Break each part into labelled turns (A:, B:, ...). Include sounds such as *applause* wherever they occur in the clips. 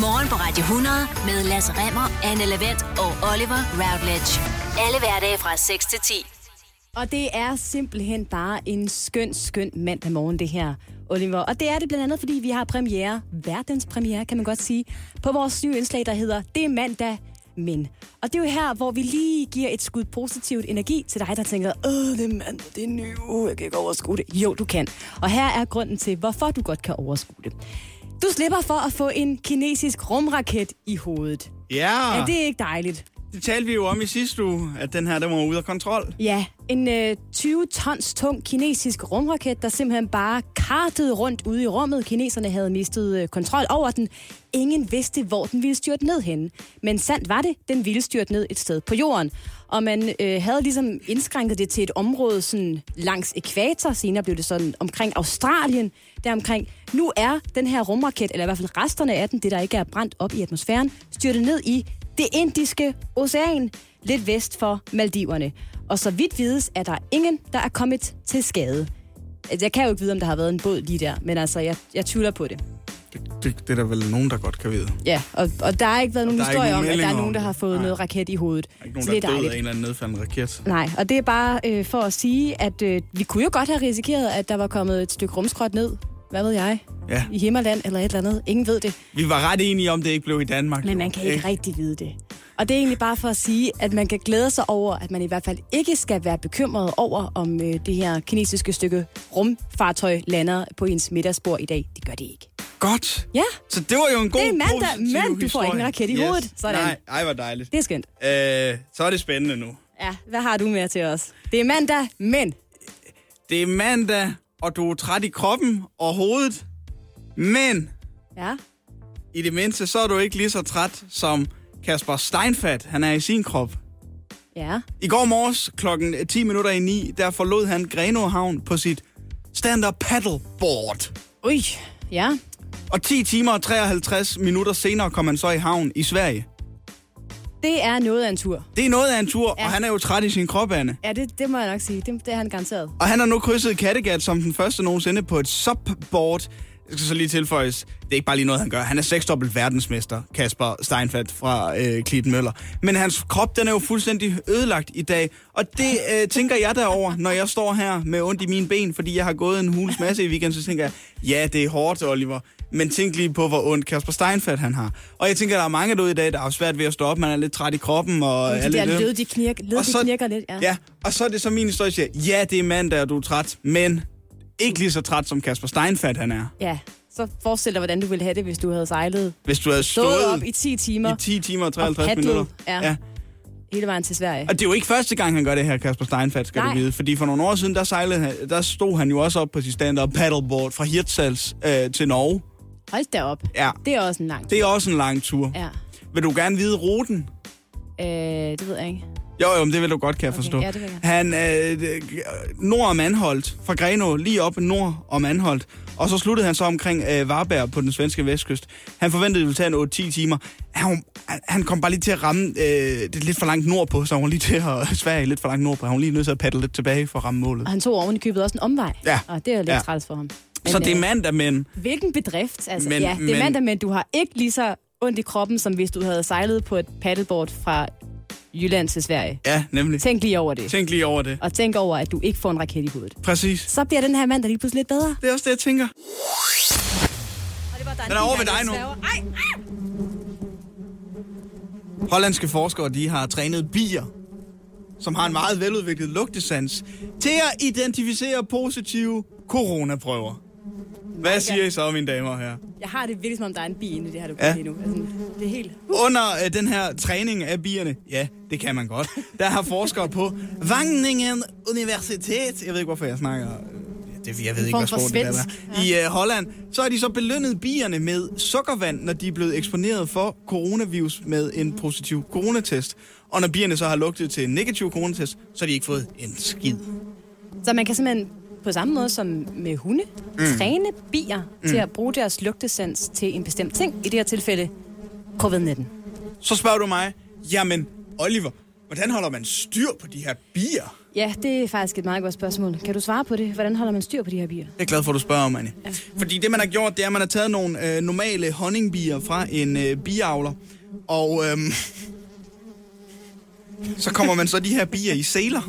A: Morgen på Radio 100 med Lasse Remmer, Anne Lavendt og Oliver Routledge. Alle hverdage fra 6 til 10.
B: Og det er simpelthen bare en skøn, skøn mandag morgen, det her, Oliver. Og det er det blandt andet, fordi vi har premiere, verdens premiere, kan man godt sige, på vores nye indslag, der hedder Det er mandag, men. Og det er jo her, hvor vi lige giver et skud positivt energi til dig, der tænker, Åh, det er mandag, det er en ny uge, jeg kan ikke overskue det. Jo, du kan. Og her er grunden til, hvorfor du godt kan overskue det. Du slipper for at få en kinesisk rumraket i hovedet.
C: Ja,
B: Er
C: det...
B: det ikke dejligt?
C: det talte vi jo om i sidste uge, at den her, den var ude af kontrol.
B: Ja, en øh, 20 tons tung kinesisk rumraket, der simpelthen bare kartede rundt ude i rummet. Kineserne havde mistet øh, kontrol over den. Ingen vidste, hvor den ville styrte ned henne. Men sandt var det, den ville styrte ned et sted på jorden. Og man øh, havde ligesom indskrænket det til et område sådan langs ekvator. Senere blev det sådan omkring Australien, deromkring. Nu er den her rumraket, eller i hvert fald resterne af den, det der ikke er brændt op i atmosfæren, styrtet ned i det indiske ocean, lidt vest for Maldiverne. Og så vidt vides, er der ingen, der er kommet til skade. Altså, Jeg kan jo ikke vide, om der har været en båd lige der, men altså, jeg, jeg tvivler på det.
C: Det, det, det er der vel nogen, der godt kan vide. Der
B: Ja, og, og der har ikke været nogen
C: der er ikke
B: historie om,
C: nogen
B: at der er
C: meldinger
B: nogen, der
C: om
B: har
C: det.
B: fået
C: Nej.
B: noget raket i hovedet.
C: er ikke nogen,
B: Så
C: der
B: det er
C: er død af
B: dejligt.
C: en eller anden nedfaldende raket.
B: Nej, og det er bare øh, for at sige, at øh, vi kunne jo godt have risikeret, at der var kommet et stykke rumskrot ned. Hvad ved jeg?
C: Ja.
B: I Himmerland eller et eller andet. Ingen ved det.
C: Vi var ret enige om, det ikke blev i Danmark.
B: Men man kan ikke rigtig vide det. Og det er egentlig bare for at sige, at man kan glæde sig over, at man i hvert fald ikke skal være bekymret over, om øh, det her kinesiske stykke rumfartøj lander på ens middagsbord i dag. Det gør det ikke.
C: Godt.
B: Ja,
C: Så det var jo en god
B: Det er mandag,
C: positiv
B: men du får
C: historie.
B: ikke en raket i
C: yes.
B: hovedet. Sådan.
C: Nej, ej, hvor dejligt.
B: det er skønt.
C: Øh, så er det spændende nu.
B: Ja, hvad har du med til os? Det er mandag, men...
C: Det er mandag, og du er træt i kroppen og hovedet. Men
B: Ja,
C: i det mindste, så er du ikke lige så træt som Kasper Steinfat. Han er i sin krop.
B: ja.
C: I går morges klokken 10 minutter i 9, der forlod han Grenaa Havn på sit stand-up paddleboard.
B: Ui, ja.
C: Og 10 timer og 53 minutter senere kom han så i havn i Sverige.
B: Det er noget af en tur.
C: Det er noget af en tur,
B: Ja.
C: ja. og han er jo træt i sin krop, Anne.
B: Ja, det, det må jeg nok sige. Det, det er han garanteret.
C: Og han har nu krydset Kattegat som den første nogensinde på et subboard. Jeg skal så lige tilføjes, det er ikke bare lige noget, han gør. Han er seksdobbelt verdensmester, Kasper Steinfeldt fra øh, Klitten Møller. Men hans krop, den er jo fuldstændig ødelagt i dag. Og det øh, tænker jeg derover, når jeg står her med ondt i mine ben, fordi jeg har gået en hules masse i weekenden, så tænker jeg, ja, det er hårdt, Oliver. Men tænk lige på, hvor ondt Kasper Steinfeldt han har. Og jeg tænker, der er mange derude i dag, der har svært ved at stå op. Man er lidt træt i kroppen. Og er
B: De der
C: lidt øm.
B: lød, de, knirk, lød, de knirker lidt. Ja.
C: ja, og så er det så min historie, siger, ja, det er mandag, og du er træt, men ikke lige så træt, som Kasper Steinfeld han er.
B: ja. Så forestil dig, hvordan du ville have det, hvis du havde sejlet.
C: Hvis du havde
B: Stået
C: stået,
B: op i 10 timer
C: i 10 timer og 53
B: og paddlet,
C: minutter.
B: ja. hele vejen til Sverige.
C: Og det er jo ikke første gang, han gør det her, Kasper Steinfeldt, skal
B: Nej.
C: du vide. Fordi for nogle år siden, der, sejlede, han- der stod han jo også op på sit stand-up paddleboard fra Hirtshals øh, til Norge.
B: Hold da op.
C: Ja,
B: Det er også en lang tur.
C: det er også en lang tur.
B: Ja.
C: Vil du gerne vide ruten?
B: Øh, det ved jeg ikke.
C: Jo, jo, men det vil du godt, kan jeg
B: Okay,
C: forstå.
B: ja, det vil jeg
C: Han øh, øh, nord om Anholdt, fra Grenå, lige op nord om Anholdt. Og så sluttede han så omkring øh, Varberg på den svenske vestkyst. Han forventede, det ville tage en 8-10 timer. Han, han- han kom bare lige til at ramme øh, det lidt for langt nordpå, så han var lige til at *laughs* Sverige lidt for langt nordpå. Han var lige nødt til at paddle lidt tilbage for at ramme målet.
B: Og han tog oven i købet også en omvej.
C: Ja.
B: Og det er jo lidt ja.
C: Ja.
B: træls for ham.
C: Så det er
B: øh,
C: mandag, men
B: Hvilken bedrift. Altså, men,
C: Men-
B: ja, det er
C: men-
B: mandag, men du har ikke lige så ondt i kroppen, som hvis du havde sejlet på et paddleboard fra Jylland til Sverige.
C: ja, nemlig.
B: Tænk lige over det.
C: Tænk lige over det.
B: Og tænk over, at du ikke får en raket i hovedet.
C: Præcis.
B: Så bliver den her mandag lige pludselig lidt bedre.
C: Det er også det, jeg tænker.
B: Og det var der
C: Den er over ved dig nu.
B: ah!
C: Hollandske forskere de har trænet bier, som har en meget veludviklet lugtesans, til at identificere positive coronaprøver. Hvad siger I så, mine damer og herrer?
B: Jeg har det virkelig, som om der er en bi inde i det her, du ja.
C: Ja.
B: lige nu. Altså, det er helt...
C: Under øh, den her træning af bierne, ja, det kan man godt, der har forskere på Vangningen Universitet, jeg ved ikke, hvorfor jeg snakker, øh, det, jeg ved ikke,
B: form
C: hvad
B: for
C: sport det der
B: svensk.
C: er, i øh, Holland, så har de så belønnet bierne med sukkervand, når de er blevet eksponeret for coronavirus med en positiv coronatest. Og når bierne så har lugtet til en negativ coronatest, så har de ikke fået en skid.
B: Så man kan simpelthen på samme måde som med hunde, mm. træne bier mm. til at bruge deres lugtesans til en bestemt ting. I det her tilfælde covid-19.
C: Så spørger du mig, jamen Oliver, hvordan holder man styr på de her bier?
B: Ja, det er faktisk et meget godt spørgsmål. Kan du svare på det? Hvordan holder man styr på de her bier?
C: Jeg er glad for, at du spørger om, Anne. Fordi det, man har gjort, det er, at man har taget nogle øh, normale honningbier fra en øh, biavler, og øhm, *laughs* så kommer man så de her bier i sæler.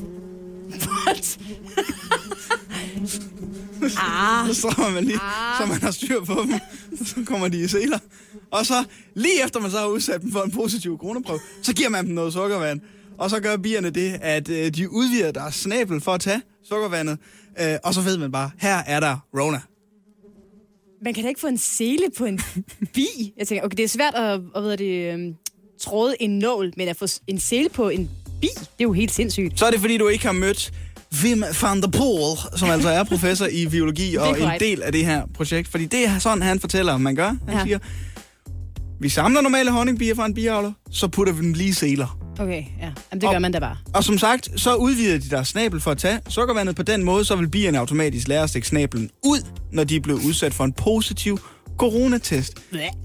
B: Ah,
C: Så strammer man lige, så man har styr på dem. Så kommer de i seler. Og så, lige efter man så har udsat dem for en positiv kroneprøve, så giver man dem noget sukkervand. Og så gør bierne det, at øh, de udvider deres snabel for at tage sukkervandet. Øh, og så ved man bare, her er der Rona.
B: man kan da ikke få en sele på en bi. Jeg tænker, okay, det er svært at, at ved det, øhm, tråde en nål, men at få s- en sele på en bi, det er jo helt sindssygt.
C: Så er det, fordi du ikke har mødt Wim van der Poel, som altså er professor i biologi og en
B: korrekt.
C: del af det her projekt. Fordi det er sådan, han fortæller, man gør. Han
B: Ja.
C: ja. siger, vi samler normale honningbier fra en biavler, så putter vi dem lige i seler.
B: Okay, ja. Jamen, det gør
C: Og-
B: man da bare.
C: Og som sagt, så udvider de deres snabel for at tage sukkervandet. På den måde, så vil bierne automatisk lære at stikke snabelen ud, når de er blevet udsat for en positiv coronatest.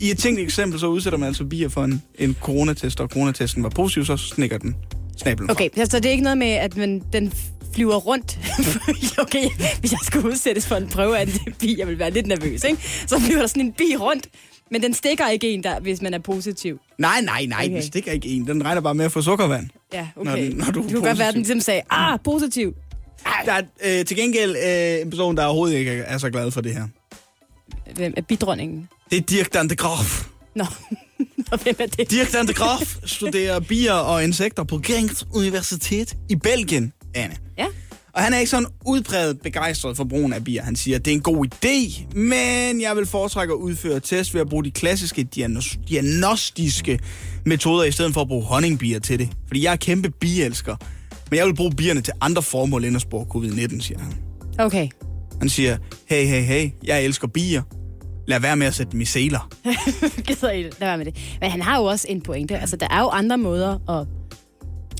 C: I et tænkt eksempel, så udsætter man altså bier for en, en coronatest, og coronatesten var positiv, så snikker den snabelen
B: Okay, så så det er ikke noget med, at man, den flyver rundt. *laughs* okay, hvis jeg skulle udsættes for en prøve af en bi, jeg ville være lidt nervøs, ikke? Så flyver der sådan en bi rundt, men den stikker ikke en, der, hvis man er positiv.
C: Fra. Nej, nej, nej, okay.
B: Okay.
C: den stikker ikke en. Den regner bare med at få sukkervand.
B: Ja,
C: Når
B: okay.
C: den- når du er
B: det kunne godt være, at den
C: positiv.
B: ligesom sagde, ah, positiv.
C: Der er øh, til gengæld øh, en person, der overhovedet ikke er så glad for det her.
B: Hvem er bidronningen?
C: Det er Dirk Dan de Graaf.
B: Nå, *laughs* og hvem er det?
C: Dirk Dan de Graaf studerer bier og insekter på Gent Universitet i Belgien, Anne.
B: Ja.
C: Og han er ikke sådan udpræget begejstret for brugen af bier. Han siger, at det er en god idé, men jeg vil foretrække at udføre test ved at bruge de klassiske diagnos- diagnostiske metoder, i stedet for at bruge honningbier til det. Fordi jeg er kæmpe bielsker, men jeg vil bruge bierne til andre formål end at spore covid-19, siger han.
B: Okay. *laughs*
C: Han siger, hey, hey, hey, jeg elsker bier. Lad være med at sætte dem i seler.
B: Gider I det? Lad være med det. Men han har jo også en pointe. Altså, der er jo andre måder at,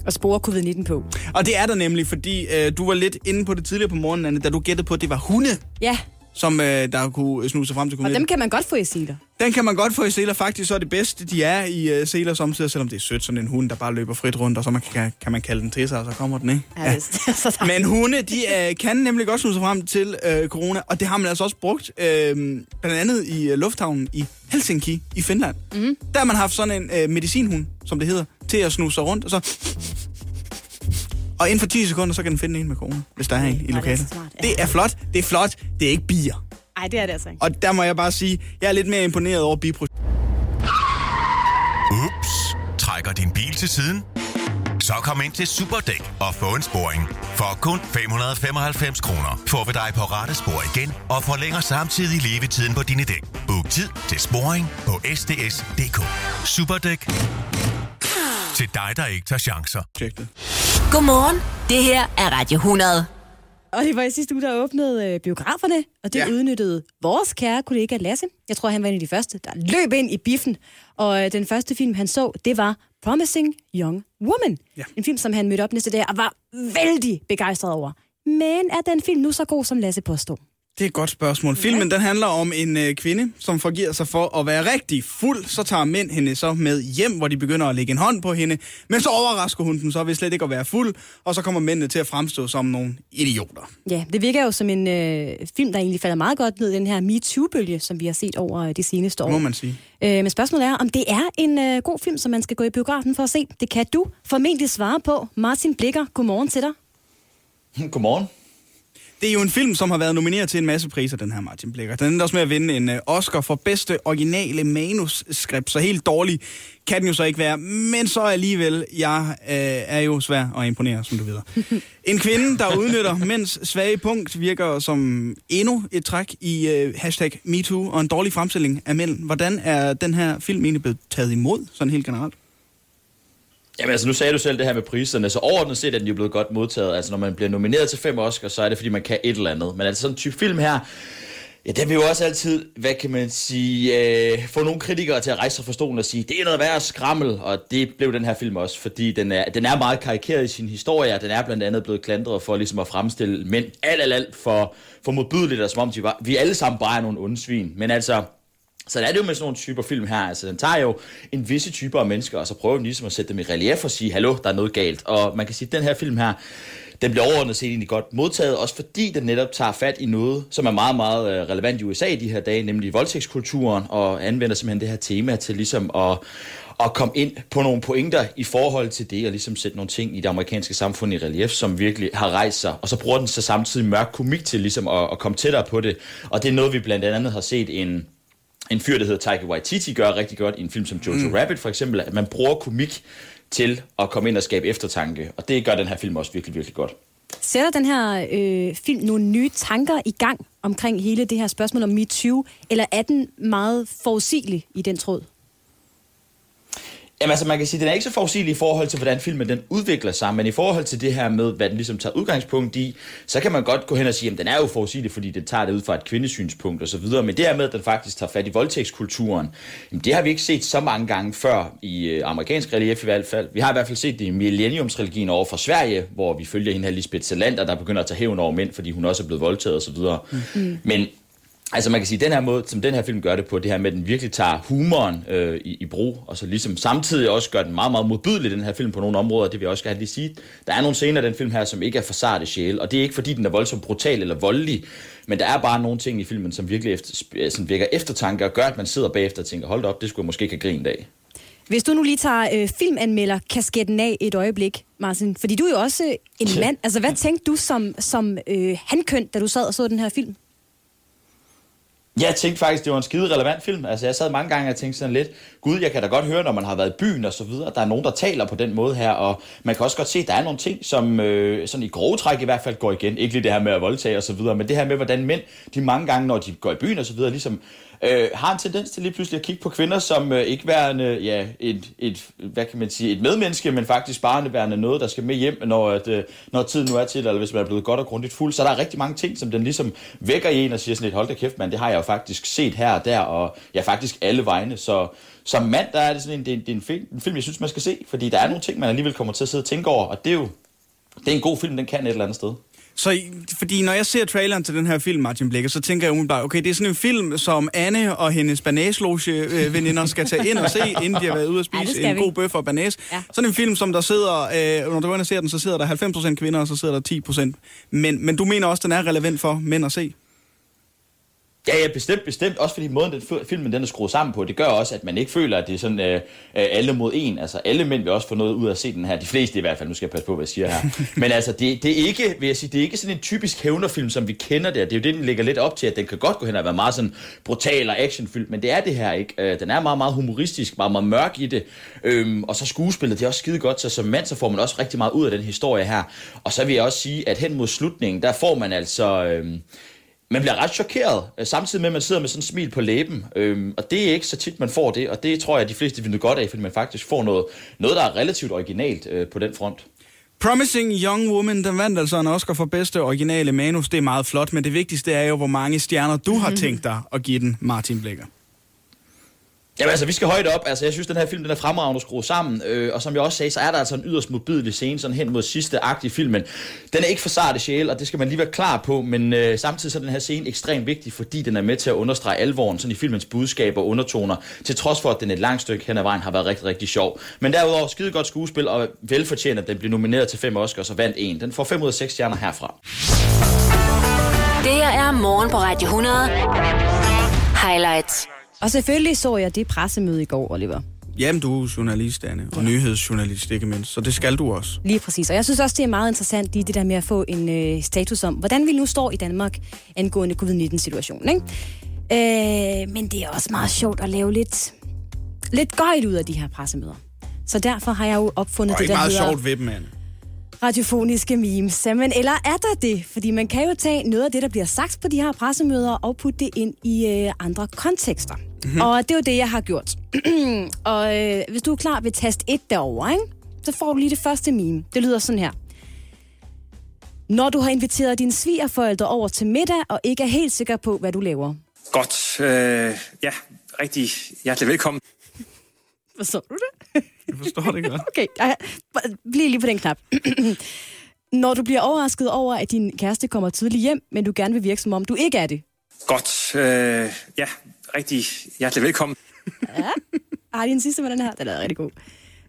B: at spore covid-19 på.
C: Og det er der nemlig, fordi øh, du var lidt inde på det tidligere på morgenen, Anne, da du gættede på, at det var hunde,
B: Ja,
C: som øh, der kunne snuse sig frem til
B: og
C: covid-19.
B: dem kan man godt få i siler.
C: Den kan man godt få i seler. Faktisk så er det bedste, de er i øh, seler samtidig, selvom det er sødt, sådan en hund, der bare løber frit rundt, og så man kan, kan man kalde den til sig, og så kommer den, ikke?
B: Ja, det, *laughs* så,
C: Men hunde, de øh, kan nemlig godt snuse sig frem til øh, corona, og det har man altså også brugt, øh, blandt andet i øh, lufthavnen i Helsinki i Finland.
B: Mhm.
C: Mm. Der har man haft sådan en øh, medicinhund, som det hedder, til at snuse sig rundt, og så... Og inden for 10 sekunder, så kan den finde en med corona, hvis der er en i
B: er
C: lokalet.
B: så smart, ja.
C: Det er flot, det er flot, det er ikke bier.
B: Ej, det er det altså ikke.
C: Og der må jeg bare sige, jeg er lidt mere imponeret over biprojektet.
D: Ups, trækker din bil til siden? Så kom ind til Superdæk og få en sporing. For kun 595 kroner får vi dig på rette spor igen og forlænger samtidig levetiden på dine dæk. Book tid til sporing på sds.dk. Superdæk. Til dig, der ikke tager chancer.
A: Godmorgen. Det her er Radio 100.
B: Og det var i sidste uge, der åbnede øh, biograferne, og det ja.
C: Ja.
B: udnyttede vores kære kollega Lasse. Jeg tror, han var en af de første, der løb ind i biffen. Og øh, den første film, han så, det var Promising Young Woman. Ja. En film, som han mødte op næste dag og var vældig begejstret over. Men er den film nu så god, som Lasse påstod?
C: Det er et godt spørgsmål. Filmen den handler om en øh, kvinde, som forgiver sig for at være rigtig fuld. Så tager mænd hende så med hjem, hvor de begynder at lægge en hånd på hende. Men så overrasker hun dem så ved slet ikke at være fuld. Og så kommer mændene til at fremstå som nogle idioter.
B: Ja, det virker jo som en øh, film, der egentlig falder meget godt ned i den her MeToo-bølge, som vi har set over øh, de seneste år.
C: Må man sige.
B: Øh, men spørgsmålet er, om det er en øh, god film, som man skal gå i biografen for at se. Det kan du formentlig svare på. Martin Blikker, godmorgen til dig.
E: Godmorgen.
C: Det er jo en film, som har været nomineret til en masse priser, den her Martin Blikker. Den endte også med at vinde en øh, Oscar for bedste originale manusskript. Så helt dårlig kan den jo så ikke være. Men så alligevel, jeg øh, er jo svær at imponere, som du ved. En kvinde, der udnytter mænds svage punkt, virker som endnu et træk i øh, hashtag MeToo og en dårlig fremstilling af mænd. Hvordan er den her film egentlig blevet taget imod, sådan helt generelt?
E: Jamen altså, nu sagde du selv det her med priserne, så overordnet set er den jo blevet godt modtaget. Altså, når man bliver nomineret til fem Oscar, så er det, fordi man kan et eller andet. Men altså, sådan en type film her, ja, den vil jo også altid, hvad kan man sige, øh, få nogle kritikere til at rejse sig fra stolen og sige, det er noget værre skrammel, og det blev den her film også, fordi den er, den er meget karikeret i sin historie, og den er blandt andet blevet klandret for ligesom at fremstille mænd alt, alt, alt for, for modbydeligt, og som om de var, vi alle sammen bare er nogle onde svin. Men altså, Så det er det jo med sådan nogle typer film her, altså den tager jo en visse typer af mennesker, og så prøver den ligesom at sætte dem i relief og sige, hallo, der er noget galt. Og man kan sige, at den her film her, Den bliver overordnet set egentlig godt modtaget, også fordi den netop tager fat i noget, som er meget, meget øh, relevant i USA i de her dage, nemlig voldtægtskulturen, og anvender simpelthen det her tema til ligesom at, at komme ind på nogle pointer i forhold til det, og ligesom sætte nogle ting i det amerikanske samfund i relief, som virkelig har rejst sig. Og så bruger den så samtidig mørk komik til ligesom at, at komme tættere på det. Og det er noget, vi blandt andet har set en, en fyr, der hedder Taika Waititi, gør rigtig godt i en film som Jojo mm. Rabbit for eksempel, at man bruger komik til at komme ind og skabe eftertanke. Og det gør den her film også virkelig, virkelig godt.
B: Sætter den her øh, film nogle nye tanker i gang omkring hele det her spørgsmål om MeToo, eller er den meget forudsigelig i den tråd?
E: Jamen altså, man kan sige, at den er ikke så forudsigelig i forhold til, hvordan filmen den udvikler sig, men i forhold til det her med, hvad den ligesom tager udgangspunkt i, så kan man godt gå hen og sige, at den er jo forudsigelig, fordi den tager det ud fra et kvindesynspunkt osv., men det her med, at den faktisk tager fat i voldtægtskulturen, jamen det har vi ikke set så mange gange før i øh, amerikansk relief i hvert fald. Vi har i hvert fald set det i millenniumsreligien over fra Sverige, hvor vi følger hende her Lisbeth Salander, der begynder at tage hævn over mænd, fordi hun også er blevet voldtaget osv. Mm. Men Altså man kan sige, at den her måde, som den her film gør det på, det her med, at den virkelig tager humoren øh, i, i brug, og så ligesom samtidig også gør den meget, meget modbydelig, den her film, på nogle områder, det vil jeg også gerne lige sige. Der er nogle scener i den film her, som ikke er for sarte sjæle, og det er ikke fordi, den er voldsomt brutal eller voldelig, men der er bare nogle ting i filmen, som virkelig efter, sådan vækker eftertanke og gør, at man sidder bagefter og tænker, hold da op, det skulle jeg måske ikke have grint af.
B: Hvis du nu lige tager øh, filmanmelder kasketten af et øjeblik, Martin, fordi du er jo også øh, en
E: Ja.
B: mand. Altså hvad tænkte du som, som øh, handkøn, da du sad og så den her film?
E: Jeg tænkte faktisk, det var en skide relevant film. Altså, jeg sad mange gange og tænkte sådan lidt, gud, jeg kan da godt høre, når man har været i byen og så videre, der er nogen, der taler på den måde her, og man kan også godt se, at der er nogle ting, som øh, sådan i grove træk i hvert fald går igen. Ikke lige det her med at voldtage og så videre, men det her med, hvordan mænd, de mange gange, når de går i byen og så videre, ligesom øh, har en tendens til lige pludselig at kigge på kvinder som øh, ikke værende, ja, et, et, hvad kan man sige, et medmenneske, men faktisk bare værende noget, der skal med hjem, når, at, øh, når tiden nu er til, eller hvis man er blevet godt og grundigt fuld. Så der er rigtig mange ting, som den ligesom vækker i en og siger sådan lidt, hold da kæft mand, det har jeg jo faktisk set her og der, og ja, faktisk alle vegne. Så som mand, der er det sådan en, det er en, det er en, film, en film, jeg synes, man skal se, fordi der er nogle ting, man alligevel kommer til at sidde og tænke over, og det er jo, det er en god film, den kan et eller andet sted.
C: Så, I- fordi når jeg ser traileren til den her film, Martin Blikker, så tænker jeg umiddelbart, okay, det er sådan en film, som Anne og hendes banæsloge-veninder skal tage ind og se, inden de har været ude at
B: Ja, det
C: spise
B: skal
C: en
B: vi.
C: god bøf og banæs.
B: Ja.
C: Ja. Sådan en film, som der sidder, øh, når du går ind og ser den, så sidder der 90% kvinder, og så sidder der 10%. Men, men du mener også, den er relevant for mænd at se?
E: Ja, ja, bestemt, bestemt. Også fordi måden, den f- filmen den er skruet sammen på, det gør også, at man ikke føler, at det er sådan øh, øh, alle mod en. Altså, alle mænd vil også få noget ud af at se den her. De fleste i hvert fald, nu skal jeg passe på, hvad jeg siger her. Men altså, det, det, er ikke, vil jeg sige, det er ikke sådan en typisk hævnerfilm, som vi kender der. Det er jo det, den lægger lidt op til, at den kan godt gå hen og være meget sådan brutal og actionfyldt, men det er det her ikke. Øh, den er meget, meget humoristisk, meget, meget mørk i det. Øhm, og så skuespillet, det er også skide godt, så som mand, så får man også rigtig meget ud af den historie her. Og så vil jeg også sige, at hen mod slutningen, der får man altså... Øhm, man bliver ret chokeret, øh, samtidig med, at man sidder med sådan en smil på læben. Øhm, og det er ikke så tit, man får det, og det tror jeg, at de fleste vil nyde godt af, fordi man faktisk får noget, noget der er relativt originalt øh, på den front.
C: Promising Young Woman, den vandt altså en Oscar for bedste originale manus. Det er meget flot, men det vigtigste er jo, hvor mange stjerner du
B: Mhm.
C: har tænkt dig at give den, Martin Blikker.
E: Jamen altså, vi skal højt op. Altså, jeg synes, den her film den er fremragende skruet sammen. Øh, og som jeg også sagde, så er der altså en yderst modbydelig scene sådan hen mod sidste akt i filmen. Den er ikke for sarte sjæl, og det skal man lige være klar på. Men øh, samtidig så er den her scene ekstremt vigtig, fordi den er med til at understrege alvoren sådan i filmens budskab og undertoner. Til trods for, at den et langt stykke hen ad vejen har været rigtig, rigtig sjov. Men derudover skide godt skuespil, og velfortjent, at den blev nomineret til fem Oscars og vandt en. Den får 5 ud af 6 stjerner herfra.
A: Det her er morgen på Radio 100. Highlights.
B: Og selvfølgelig så jeg det pressemøde i går, Oliver.
C: Jamen, du er journalist, Anne, og nyhedsjournalist ikke mindst, så det skal du også.
B: Lige præcis. Og jeg synes også, det er meget interessant lige det der med at få en øh, status om, hvordan vi nu står i Danmark angående covid-19-situationen. Ikke? Øh, men det er også meget sjovt at lave lidt, lidt gøjl ud af de her pressemøder. Så derfor har jeg jo opfundet
C: Og
B: det,
C: ikke
B: der
C: meget
B: hedder
C: sjovt ved dem, Anne.
B: radiofoniske memes. Men eller er der det? Fordi man kan jo tage noget af det, der bliver sagt på de her pressemøder, og putte det ind i øh, andre kontekster. Mm-hmm. Og det er jo det, jeg har gjort. *clears throat* og øh, hvis du er klar ved tast 1 derovre, ikke? så får du lige det første meme. Det lyder sådan her. Når du har inviteret dine svigerforældre over til middag, og ikke er helt sikker på, hvad du laver.
F: Godt. Øh, ja, rigtig hjertelig velkommen.
B: Forstår du det? *laughs*
C: Jeg forstår det godt.
B: Okay, ej, bliv lige på den knap. *clears throat* Når du bliver overrasket over, at din kæreste kommer tidligt hjem, men du gerne vil virke som om, du ikke er det.
F: Godt. Øh, ja, rigtig hjertelig velkommen.
B: Har de en sidste med den her? Den er rigtig god.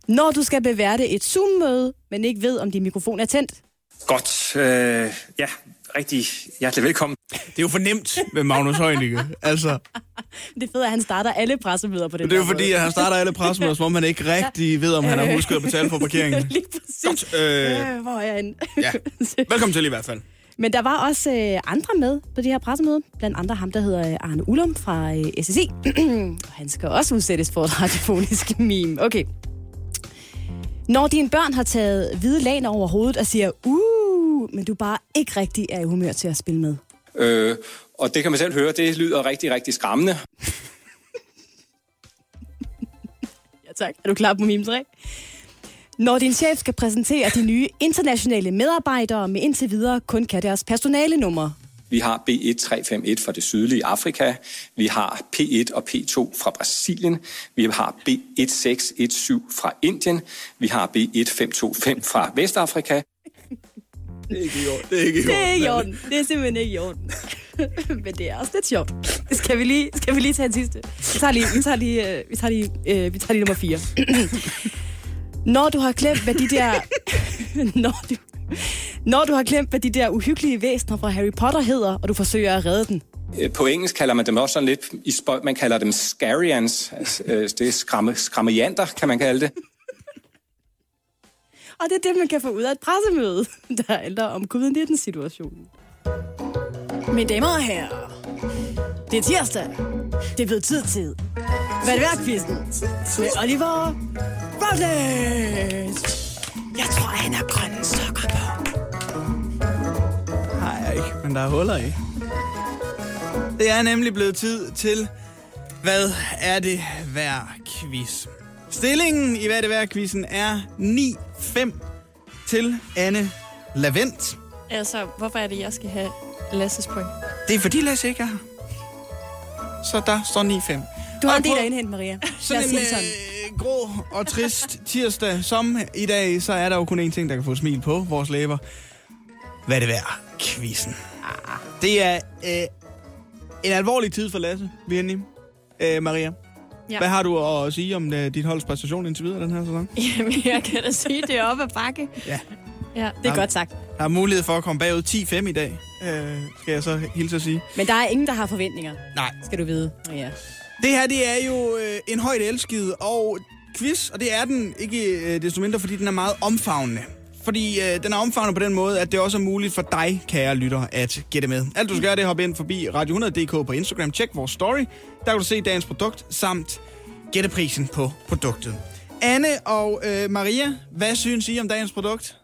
B: Når du skal beværte et Zoom-møde, men ikke ved, om din mikrofon er tændt.
F: Godt. Øh, ja, rigtig hjertelig velkommen.
C: Det er jo for nemt med Magnus Heunicke. Altså,
B: Det fede er, at han starter alle pressemøder på den
C: det er jo
B: her
C: fordi,
B: måde.
C: at han starter alle pressemøder, som om han ikke rigtig ved, om han har husket at betale for parkeringen.
B: *laughs* Lige præcis.
C: Godt, øh.
B: Øh, hvor er jeg henne? *laughs*
C: Ja. Velkommen til i hvert fald.
B: Men der var også øh, andre med på det her pressemøde. Blandt andre ham, der hedder øh, Arne Ullum fra øh, SSI. *clears throat* Og han skal også udsættes for et *laughs* radiofonisk meme. Okay. Når dine børn har taget hvide laner over hovedet og siger, uh, men du bare ikke rigtig er i humør til at spille med.
F: Øh, og det kan man selv høre, det lyder rigtig, rigtig skræmmende.
B: Ja tak. Er du klar på meme 3? Når din chef skal præsentere de nye internationale medarbejdere med indtil videre kun kan deres personalenummer.
F: Vi har B1351 fra det sydlige Afrika. Vi har P1 og P2 fra Brasilien. Vi har B1617 fra Indien. Vi har B1525 fra Vestafrika.
C: Det er ikke i orden. Det er ikke i
B: Det er ikke i orden. Det er simpelthen ikke i orden. *laughs* Men det er også lidt sjovt. Skal vi lige, skal vi lige tage en sidste? Vi tager lige, vi tager lige, øh, vi tager lige, øh, vi tager lige nummer 4. *clears throat* Når du har glemt, hvad de der... *laughs* Når du, når du har glemt, hvad de der uhyggelige væsener fra Harry Potter hedder, og du forsøger at redde den.
F: Øh, På engelsk kalder man dem også sådan lidt, i spøj, man kalder dem scarians. Altså, øh, det er skramme, skrammejanter, kan man kalde det.
B: Og det er det, man kan få ud af et pressemøde, *laughs* der handler om covid-19-situationen. Mine damer og herrer, det er tirsdag. Det er blevet tid til Vandværkvisten med Oliver Robles. Jeg tror, han har grønne sokker på.
C: Har jeg ikke, men der er huller i. Det er nemlig blevet tid til, hvad er det hver quiz? Stillingen i hvad er det hver quizzen er 9-5 til Anne Lavendt.
G: Altså, hvorfor er det, jeg skal have Lasses point?
C: Det er fordi Lasse ikke er her. Så der står 9-5.
B: Du har en
C: Og
B: del
C: på
B: at indhente,
G: *laughs*
B: Maria. Lad
C: Sådan
B: os
C: en
B: sige det sådan.
C: øh, grå og trist *laughs* tirsdag som i dag, så er der jo kun én ting, der kan få et smil på vores læber. Hvad er det værd? Quizzen.
B: Ah.
C: Det er øh, en alvorlig tid for Lasse, vi er inde i. Øh, Maria,
G: Ja.
C: hvad har du at sige om øh, dit holds præstation indtil videre den her
B: *laughs*
C: sæson?
G: Jamen, øh, *laughs* jeg kan da sige, det er op ad bakke.
C: Ja.
G: ja.
B: Det er godt sagt.
C: Der er mulighed for at komme bagud 10-5 i dag, øh, skal jeg så hilse at sige.
B: Men der er ingen, der har forventninger,
C: Nej.
B: skal du vide, Maria.
C: Det her, det er jo øh, en højt elsket og quiz, og det er den ikke øh, desto mindre, fordi den er meget omfavnende. Fordi øh, den er omfavnende på den måde, at det også er muligt for dig, kære lytter, at gætte med. Alt du skal gøre, det er at hoppe ind forbi radio100.dk på Instagram. Tjek vores story. Der kan du se dagens produkt, samt gætte prisen på produktet. Anne og øh, Maria, hvad synes I om dagens produkt?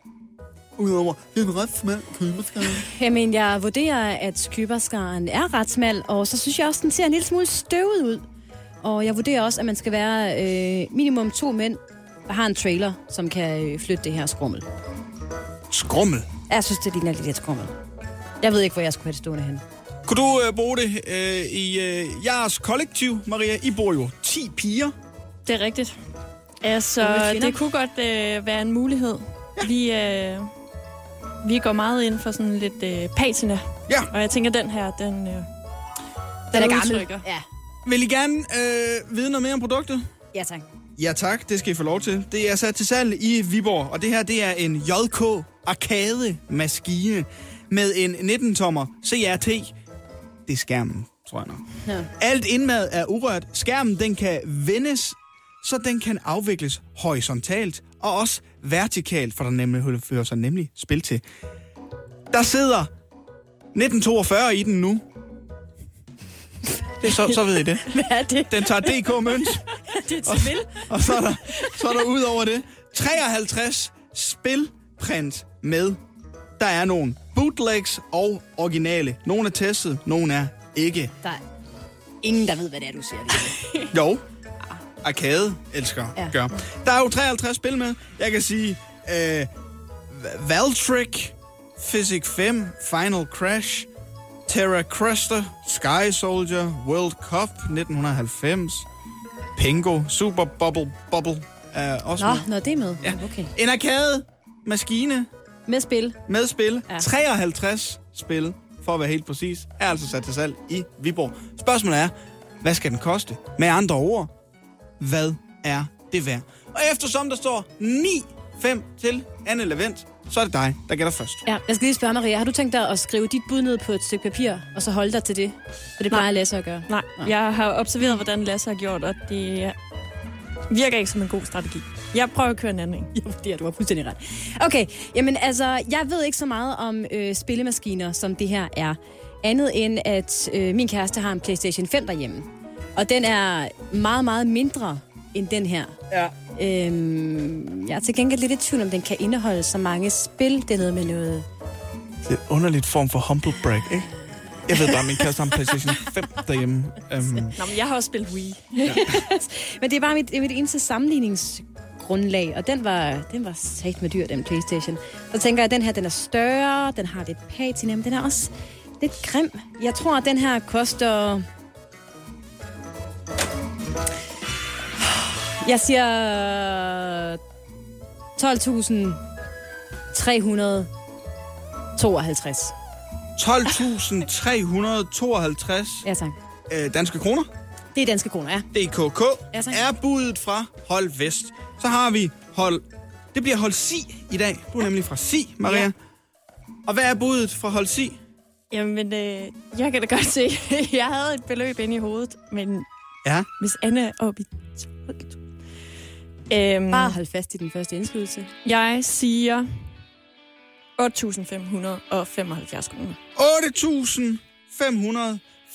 C: Udover, det er en ret smal køberskade.
B: Jamen, jeg vurderer, at køberskaren er ret smal, og så synes jeg også, den ser en lille smule støvet ud. Og jeg vurderer også, at man skal være øh, minimum to mænd, der har en trailer, som kan øh, flytte det her skrummel.
C: Skrummel.
B: Jeg synes, det ligner lidt et skrummel. Jeg ved ikke, hvor jeg skulle have det stående hen.
C: Kunne du øh, bruge det øh, i øh, jeres kollektiv, Maria? I bor jo 10 piger.
G: Det er rigtigt. Altså,
B: Unge kvinder.
G: det kunne godt øh, være en mulighed. Vi, øh, vi går meget ind for sådan lidt øh, patina.
C: Ja.
G: Og jeg tænker, den her, den, øh, *laughs* den, udtrykker.
B: Ja.
C: Vil I gerne øh, vide noget mere om produktet?
B: ja, tak.
C: Ja tak, det skal I få lov til. Det er sat til salg i Viborg, og det her det er en JK Arcade-maskine med en 19-tommer CRT. Det er skærmen, tror jeg nok.
B: Ja.
C: Alt indmad er urørt. Skærmen den kan vendes, så den kan afvikles horisontalt og også vertikalt, for der nemlig fører sig nemlig spil til. Der sidder 1942 i den nu. Det, er så, så ved I det.
B: Hvad er det?
C: Den tager DK-mønt.
B: *laughs* Det er til
C: Og så er der, så er der ud over det 53 spilprint med. Der er nogle bootlegs og originale. Nogle er testet, nogle er ikke.
B: Der er ingen, der ved, hvad det er, du siger.
C: Jo, arcade elsker ja.
B: Ja.
C: gør. Der er jo 53 spil med. Jeg kan sige øh, Va- Valtrick, Physic 5, Final Crash, Terra Cruster, Sky Soldier, World Cup 1990, Pingo, Super Bubble Bubble er også med.
B: Nå, nå, det er med. Ja. Okay.
C: En arcade maskine
B: Med spil.
C: med spil. Ja.
B: Ja.
C: 53 spil, for at være helt præcis, er altså sat til salg i Viborg. Spørgsmålet er, hvad skal den koste? Med andre ord, hvad er det værd? Og eftersom der står 9-5 til Anne Lavendt, så er det dig, der gætter først.
B: Ja, jeg skal lige spørge, Maria, har du tænkt dig at skrive dit bud ned på et stykke papir, og så holde dig til det? For det plejer Lasse at gøre.
G: Nej, jeg har observeret, hvordan Lasse har gjort, og det virker ikke som en god strategi. Jeg prøver at køre en anden en.
B: *laughs* Ja, det er, du har fuldstændig ret. Okay, jamen altså, jeg ved ikke så meget om øh, spillemaskiner, som det her er. Andet end, at øh, min kæreste har en PlayStation 5 derhjemme. Og den er meget, meget mindre end den her.
C: Ja.
B: Øhm, jeg er til gengæld lidt i tvivl, om den kan indeholde så mange spil. Det er noget med noget...
C: Det er en underligt form for humble brag, ikke? Jeg ved bare, min kæreste har en PlayStation 5 derhjemme. Um,
G: Nå, men jeg har også spillet Wii.
B: Men det er bare mit, mit eneste sammenligningsgrundlag, og den var, den var sat med dyr, den Playstation. Så tænker jeg, at den her, den er større, den har lidt patina, men den er også lidt grim. Jeg tror, at den her koster... Jeg siger 12.352.
C: 12.352
B: Ja, tak.
C: øh, danske kroner.
B: Det er danske kroner, ja.
C: DKK
B: Ja, tak.
C: er budet fra Hold Vest. Så har vi Hold... Det bliver Hold Si i dag. Du er nemlig fra Si, Maria.
B: Ja.
C: Og hvad er budet fra Hold Si?
G: Jamen, øh, jeg kan da godt se, *laughs* jeg havde et beløb inde i hovedet, men
C: Ja.
G: hvis Anne er oppe i 12.000... Øhm,
B: Bare hold fast i den første indskydelse.
G: Jeg siger 8.575 kroner.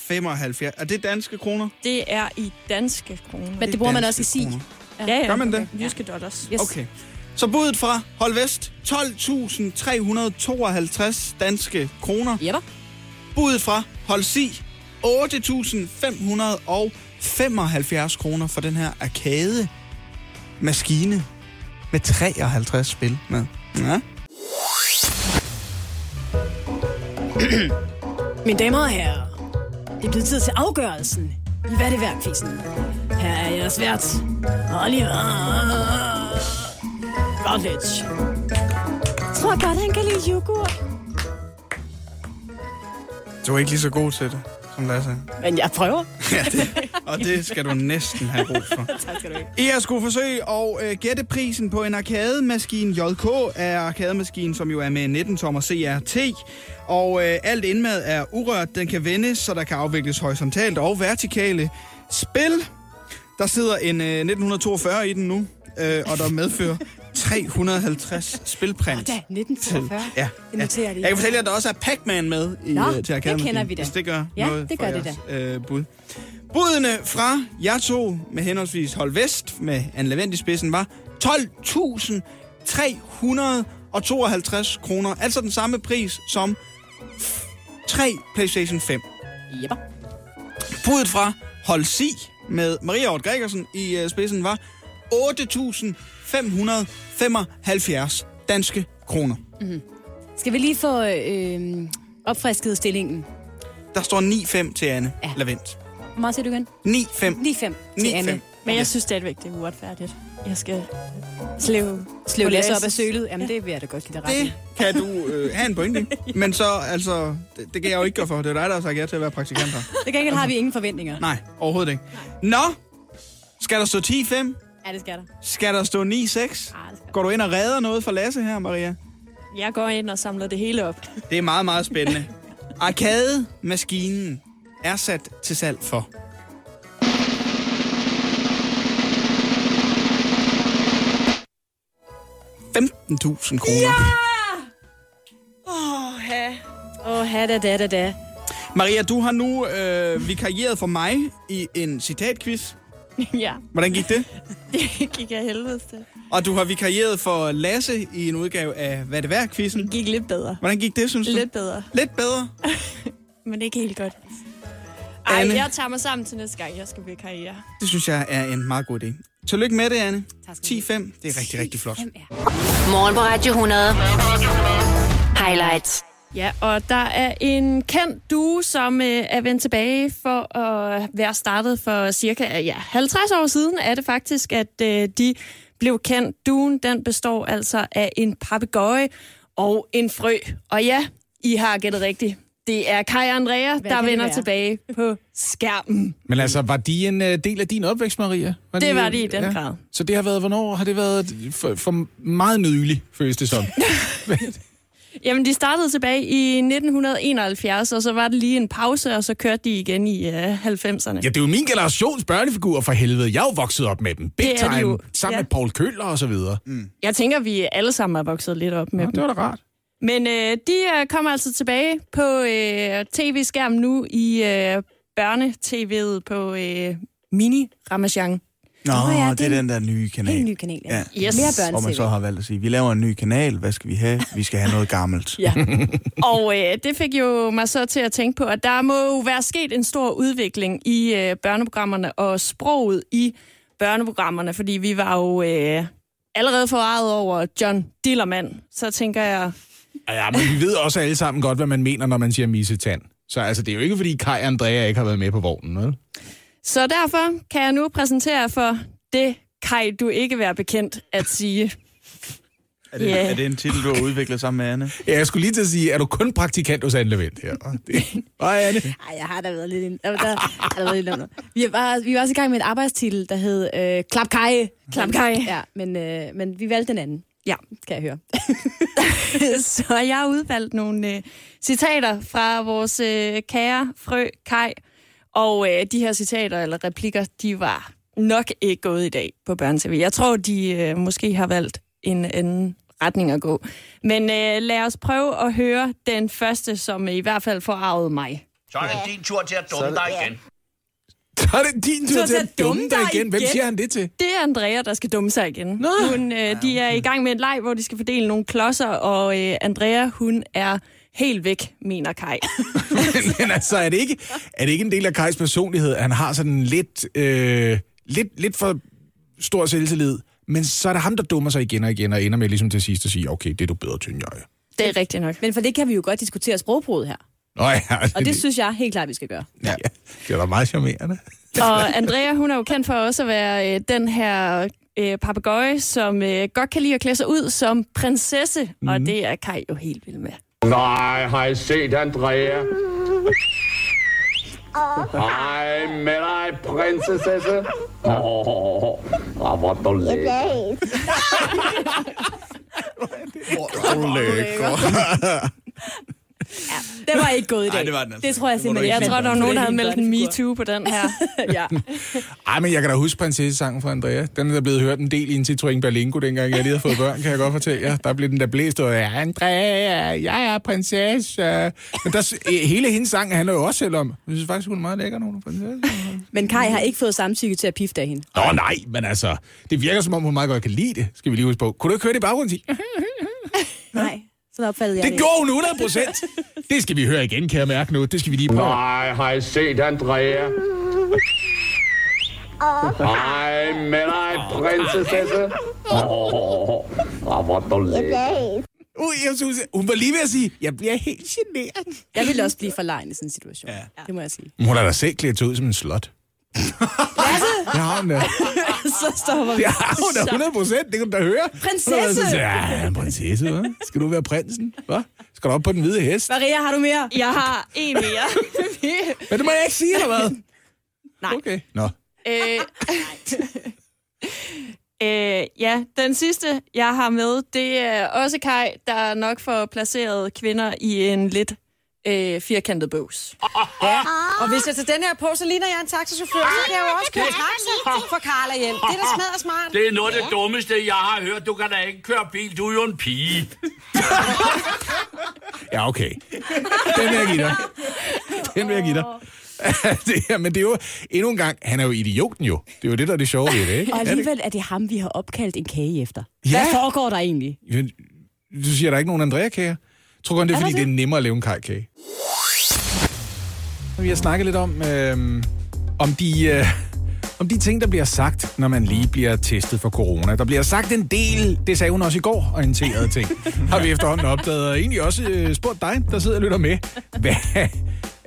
C: 8.575. Er det danske kroner?
G: Det er i danske kroner.
B: Men det bruger man også i
C: danske
B: SI.
C: kroner.
G: ja, ja,
C: Gør man det?
G: Jyske dollars.
B: Yes.
C: Okay. Så budet fra Hold Vest, 12.352 danske kroner.
B: Jepper.
C: Budet fra Hold Si, 8.575 kroner for den her arcade maskine med 53 spil med. Ja.
B: Mine damer og herrer, det er blevet tid til afgørelsen i hvad det værd -quizzen. Her er jeres vært, Oliver Routledge. Tror godt, han kan lide yoghurt.
C: Du er ikke lige så god til det, som Lasse.
B: Men jeg prøver.
C: Og det skal du næsten have brug for.
B: Tak skal du have.
C: I har skulle forsøge at øh, gætte prisen på en arkademaskine. JK er arkademaskinen, som jo er med 19-tommer CRT. Og øh, alt indmad er urørt. Den kan vendes, så der kan afvikles horisontalt og vertikale spil. Der sidder en øh, 1942 i den nu, øh, og der medfører 350 spilprint.
B: Da, 1942.
C: Ja,
B: Det
C: ja.
B: noterer jeg lige.
C: Jeg kan fortælle jer, at der også er Pac-Man med i,
B: Nå,
C: øh,
B: det
C: til Arcade
B: kender vi da.
C: Hvis det gør
B: Ja,
C: noget
B: det gør
C: for
B: det
C: jeres, øh, bud. Budene fra jer to med henholdsvis Hold Vest med Anne Lavendt i spidsen var 12.352 kroner. Altså den samme pris som 3 PlayStation 5.
B: Jepper.
C: Budet fra Hold Si med Maria Ort Gregersen i øh, spidsen var 8.575 danske kroner.
B: Skal vi lige få øh, opfrisket stillingen?
C: Der står 9-5 til Anne ja.
B: Ja.
C: Lavendt.
B: Hvor meget siger du igen?
C: 9-5.
B: 9-5 til
C: 9-5.
B: Anne.
G: Men jeg synes stadigvæk, det er uretfærdigt. Jeg skal sleve,
B: Sløv
G: på
B: Lasse op
G: Lasses.
B: af sølet. Jamen, det vil jeg da godt give dig ret i.
C: Det kan du øh, have en pointe i. Men så, altså, det, det kan jeg jo ikke gøre for. Det er dig, der har sagt ja til at være praktikant her.
B: Det gengæld har vi ingen forventninger.
C: Nej, overhovedet ikke. Nå, skal der stå 10-5?
B: Ja, det skal der.
C: Skal der stå 9-6? Går du ind og redder noget for Lasse her, Maria?
G: Jeg går ind og samler det hele op. *laughs*
C: Det er meget, meget spændende. Arcade-maskinen er sat til salg for. ...15.000 kroner. Ja!
B: Åh, oh, da, da, da, da.
C: Maria, du har nu øh, vikarieret for mig i en citatquiz.
G: ja,
C: Hvordan gik det?
G: det gik af helvedes til.
C: Og du har vikarieret for Lasse i en udgave af Hvad det værd quizzen
G: Det gik lidt bedre.
C: Hvordan gik det, synes du?
G: Lidt bedre,
C: Lidt bedre.
G: men ikke helt godt. Ej,
C: Anne.
G: jeg tager mig sammen til næste gang, jeg skal blive karriere.
C: Det synes jeg er en meget god idé. Tillykke med det, Anne. 10-5.
B: Tak skal du
C: Det er rigtig, rigtig flot.
B: Hvem er
A: Morgen på Radio 100. Highlights.
G: Ja, og der er en kendt duo, som øh, er vendt tilbage for at være startet for cirka øh, ja, 50 år siden, er det faktisk, at øh, de blev kendt. Duen, den består altså af en papegøje og en frø. Og ja, I har gættet rigtigt. Det er Kai og Andrea,
B: Hvad
G: der
B: kan det
G: vender
B: være?
G: tilbage på skærmen.
C: Men altså, var de en øh, del af din opvækst, Maria? Var øh,
G: Det var de i den grad.
C: Så det har været, hvornår har det været for, for meget nylig, føles det
G: *laughs*
C: som.
G: Jamen, de startede tilbage i 1971, og så var det lige en pause, og så kørte de igen i uh, 90'erne.
C: ja, det er jo min generations børnefigurer for helvede. Jeg er jo vokset op med dem. Big
G: Det er de
C: time.
G: jo.
C: Sammen
G: Ja.
C: med Paul Køller og så videre. Mm.
G: Jeg tænker, vi alle sammen er vokset lidt op med
C: Ja,
G: dem.
C: det var da rart.
G: Men øh, de øh, kommer altså tilbage på øh, tv-skærmen nu i øh, børnetv'et på øh, Mini Ramachan.
H: Nå,
B: Nå ja,
H: det
B: det
H: er
B: er
H: den der nye kanal.
B: Helt ny kanal, ja.
H: Ja.
G: Yes.
B: Mere
H: Og man
B: børn
H: så har valgt at sige, vi laver en ny kanal, hvad skal vi have? Vi skal have noget gammelt.
B: Ja.
G: Og øh, det fik jo mig så til at tænke på, at der må jo være sket en stor udvikling i øh, børneprogrammerne og sproget i børneprogrammerne, fordi vi var jo øh, allerede forarvet over John Dillermand. Så tænker jeg,
C: Ja, men vi ved også alle sammen godt, hvad man mener, når man siger missetand. Så altså, det er jo ikke, fordi Kai og Andrea ikke har været med på vognen, vel?
G: så derfor kan jeg nu præsentere for det, Kai, du ikke være bekendt at sige.
H: Er det,
G: Ja.
H: er det en titel,
C: *laughs*
H: du har udviklet sammen med Anne?
C: Ja, jeg skulle lige til at sige, er du kun praktikant hos Anne Levent her? Og det- Hej, Anne.
B: Ej, jeg har da været lidt... ind- Der, der, har da været lidt om noget. vi, var, vi var også i gang med et arbejdstitel, der hed øh, Klap Kai.
G: Klap Kai.
B: Ja, men, øh, men vi valgte den anden.
G: Ja.
B: Kan jeg høre.
G: *laughs* så jeg har udvalgt nogle øh, citater fra vores øh, kære frø Kai. Og øh, de her citater eller replikker, de var nok ikke gået i dag på børne-tv. Jeg tror, de øh, måske har valgt en anden retning at gå. Men øh, lad os prøve at høre den første, som øh, i hvert fald forarvede mig.
E: Så er det din tur til at dumme dig igen.
C: Så er det din tur til at dumme dig igen. Hvem siger han det til?
G: Det er Andrea, der skal dumme sig igen. Nå. Hun, øh, de er i gang med en leg, hvor de skal fordele nogle klodser, og øh, Andrea, hun er helt væk, mener Kai.
C: *laughs* Men altså, er det, ikke, er det ikke en del af Kajs personlighed, at han har sådan lidt, øh, lidt, lidt for stor selvtillid, men så er det ham, der dummer sig igen og igen, og ender med ligesom til sidst at sige, okay, det er du bedre til, end jeg er.
G: Det
C: *laughs*
G: er rigtigt nok.
B: Men for det kan vi jo godt diskutere sprogbruget her.
C: Nå *laughs* ja,
B: Og det synes jeg helt klart, vi skal gøre.
C: ja, det er da meget charmerende.
G: Og Andrea, hun er jo kendt for også at være øh, den her øh, papegøje, som øh, godt kan lide at klæde sig ud som prinsesse, mm. og det er Kai jo helt vild med.
I: Nej, har I set Andrea? Hej med dig, prinsesse. Åh, oh, hvor du lækker.
B: Det var ikke gået i dag.
H: Ej, det var den altså
B: Det tror jeg
H: ikke. Det må du
B: simpelthen
G: Jeg
H: ikke
B: ikke.
G: tror, der var nogen, der havde
B: Det er
G: meldt
B: en
G: en MeToo på den her.
B: *laughs* ja.
C: Ej, men jeg kan da huske prinsessesangen fra Andrea. Den er der blevet hørt en del ind til Turing Berlingo, dengang jeg lige havde fået børn, kan jeg godt fortælle jer. Der blev den der blæst og ja, Andrea, jeg er prinsesse. Men der, s- eh, hele hendes sang handler jo også selv om, jeg synes faktisk, hun er meget lækker, når hun er prinsesse.
B: Men Kai har ikke fået samtykke til at pifte af hende.
C: Nå nej, men altså, det virker som om, hun meget godt kan lide det, skal vi lige huske på. Kunne du ikke høre det i baggrunden sige?
B: Nej, sådan opfattede jeg
C: Det gjorde hun 100 procent. Det skal vi høre igen, kan jeg mærke nu. Det skal vi lige prøve.
I: Nej, har I set Andrea? Hej med dig, prinsesse. Åh, oh, hvor du lækker.
C: Ui, Uh, jeg synes, hun var lige ved at sige, jeg bliver helt generet.
B: Jeg ville også blive for legen i sådan en situation. Ja. Det må jeg
G: *laughs*
B: sige.
C: Hun har da selv klædt sig ud som en *laughs* slot. Lasse! Det har hun da.
B: Så stopper
C: *laughs*
B: vi.
C: Det har hun da 100 procent, det kan du da høre.
B: Prinsesse!
C: Hun har været sådan, Ja, en prinsesse, hva? Skal du være prinsen, hva? Skal du op på den hvide hest?
B: Maria, har du mere?
G: *laughs* Jeg har en mere.
C: Men det må jeg ikke sige, eller hvad?
G: Nej.
C: Okay. Nå.
G: *laughs* øh, *laughs* øh, ja, den sidste, jeg har med, det er også Kai, der nok får placeret kvinder i en lidt øh, firkantet bøs.
J: Og hvis jeg tager den her på, så ligner jeg en taxachauffør. Så kan jeg jo også køre taxa for Carla hjem. Det er da smadret smart.
E: Det er noget af det dummeste, jeg har hørt. Du kan da ikke køre bil, du er jo en pige.
C: Ja, okay. Den vil jeg give dig. Den vil jeg give dig. *laughs* det, her, men det er jo endnu en gang, han er jo idioten jo. Det er jo det, der er det sjove ved det, ikke?
B: Og
C: Er det
B: alligevel er det ham, vi har opkaldt en kage efter.
C: Ja.
B: Hvad foregår der egentlig?
C: ikke? Men Du siger, der er ikke nogen Andrea-kager. Tror du, det er,
B: Er der
C: fordi det?
B: det?
C: er nemmere at lave en kajkage? Vi har snakket lidt om, øh, om de... Øh, om de ting, der bliver sagt, når man lige bliver testet for corona. Der bliver sagt en del, det sagde hun også i går, orienterede *laughs* ting, har vi efterhånden opdaget. Og egentlig også øh, spurgt dig, der sidder og lytter med. Hvad,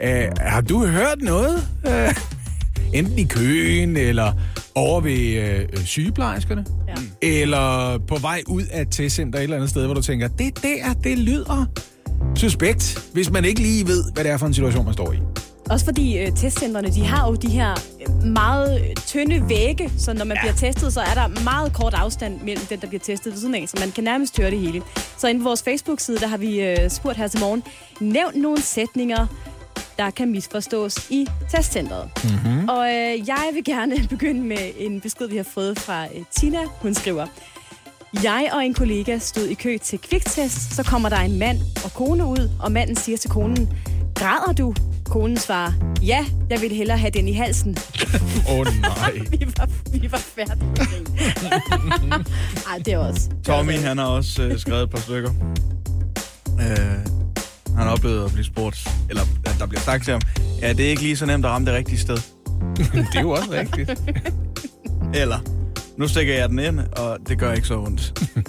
C: øh, har du hørt noget? Øh, enten i køen, eller over ved øh, øh, sygeplejerskerne, ja. eller på vej ud af et testcenter et eller andet sted, hvor du tænker, det der, det lyder suspekt, hvis man ikke lige ved, hvad det er for en situation, man står i.
B: Også fordi øh, testcentrene, de har jo de her øh, meget øh, tynde vægge, så når man ja. bliver testet, så er der meget kort afstand mellem den, der bliver testet ved siden af, så man kan nærmest høre det hele. Så inde på vores Facebook-side, der har vi øh, spurgt her til morgen, nævn nogle sætninger, der kan misforstås i testcentret.
K: Mhm.
B: Og øh, jeg vil gerne *laughs* begynde med en besked, vi har fået fra øh, Tina. Hun skriver, jeg og en kollega stod i kø til kviktest, så kommer der en mand og kone ud, og manden siger til konen, græder du? Konen svarer, ja, jeg ville hellere have den i halsen.
C: Åh oh, nej.
B: *laughs* vi, var, vi var færdige. med grin. Ej, det er også.
F: Tommy, han har også øh, skrevet et par stykker. Øh, han har oplevet at blive spurgt, eller at der bliver sagt til ham, ja, det er ikke lige så nemt at ramme det rigtige sted.
C: *laughs* det er jo også rigtigt.
F: *laughs* Eller, nu stikker jeg den ind, og det gør ikke så ondt.
C: *laughs*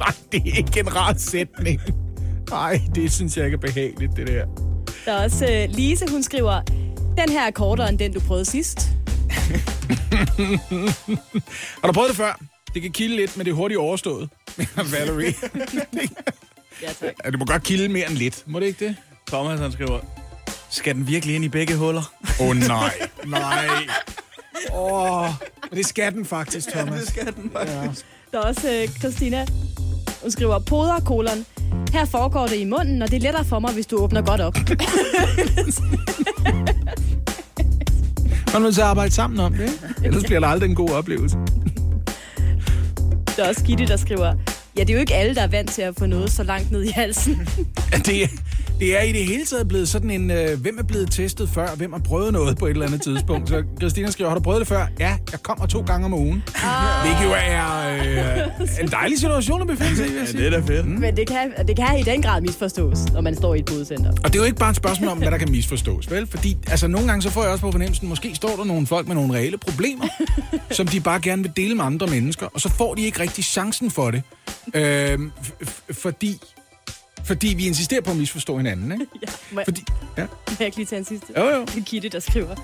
C: Nej, det er ikke en rar sætning. Nej, det synes jeg ikke er behageligt, det der.
B: Der er også øh, Lise, hun skriver, den her er kortere end den, du prøvede sidst.
C: Har du prøvet det før? Det kan kilde lidt, men det er hurtigt
F: *laughs*
C: overstået. Valerie.
B: ja, tak.
C: Ja, det må godt kilde mere end lidt. Må det ikke det?
F: Thomas, han skriver, skal den virkelig ind i begge huller?
C: Åh oh, nej, nej. Åh, oh, det skal den faktisk, Thomas. Ja, det
F: skal den
C: faktisk.
B: Der er også øh, Christina, hun skriver, poder kolon. Her foregår det i munden, og det er lettere for mig, hvis du åbner godt op. *laughs*
C: Ja. Man vil så arbejde sammen om det, ikke? Ellers bliver det aldrig en god oplevelse.
B: Der er også Gitte, der skriver, ja, det er jo ikke alle, der er vant til at få noget så langt ned i halsen.
C: Det, det er i det hele taget blevet sådan en, øh, hvem er blevet testet før, hvem har prøvet noget på et eller andet tidspunkt. Så Christina skriver, har du prøvet det før? Ja, jeg kommer to gange om ugen. Ah. Hvilket jo er øh, en dejlig situation at befinde sig i, vil jeg sige.
F: Det er da fedt.
B: Men det kan, det kan i den grad misforstås, når man står i et bodecenter.
C: Og det er jo ikke bare et spørgsmål om, hvad der kan misforstås, vel? Fordi altså, nogle gange så får jeg også på fornemmelsen, måske står der nogle folk med nogle reelle
B: *laughs*
C: problemer, som de bare gerne vil dele med andre mennesker, og så får de ikke rigtig chancen for det. Øh, f- f- fordi, fordi vi insisterer på at misforstå
B: *laughs*
C: hinanden, ikke?
B: Må jeg,
C: Fordi, ja.
B: må *laughs* jeg ikke lige tage en sidste?
C: Jo, jo.
B: Det er Gitte, der skriver.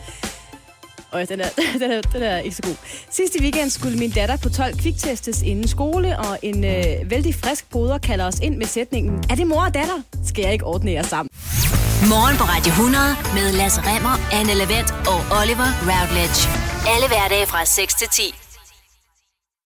B: Og den er, *laughs* den, er, den er ikke så god. Sidste weekend skulle min datter på 12 kviktestes inden skole, og en øh, vældig frisk poder kalder os ind med sætningen, er det mor og datter? Skal jeg ikke ordne jer sammen?
A: Morgen på Radio 100 med Lasse Remmer, Anne Lavendt og Oliver Routledge. Alle hverdage fra 6 til 10.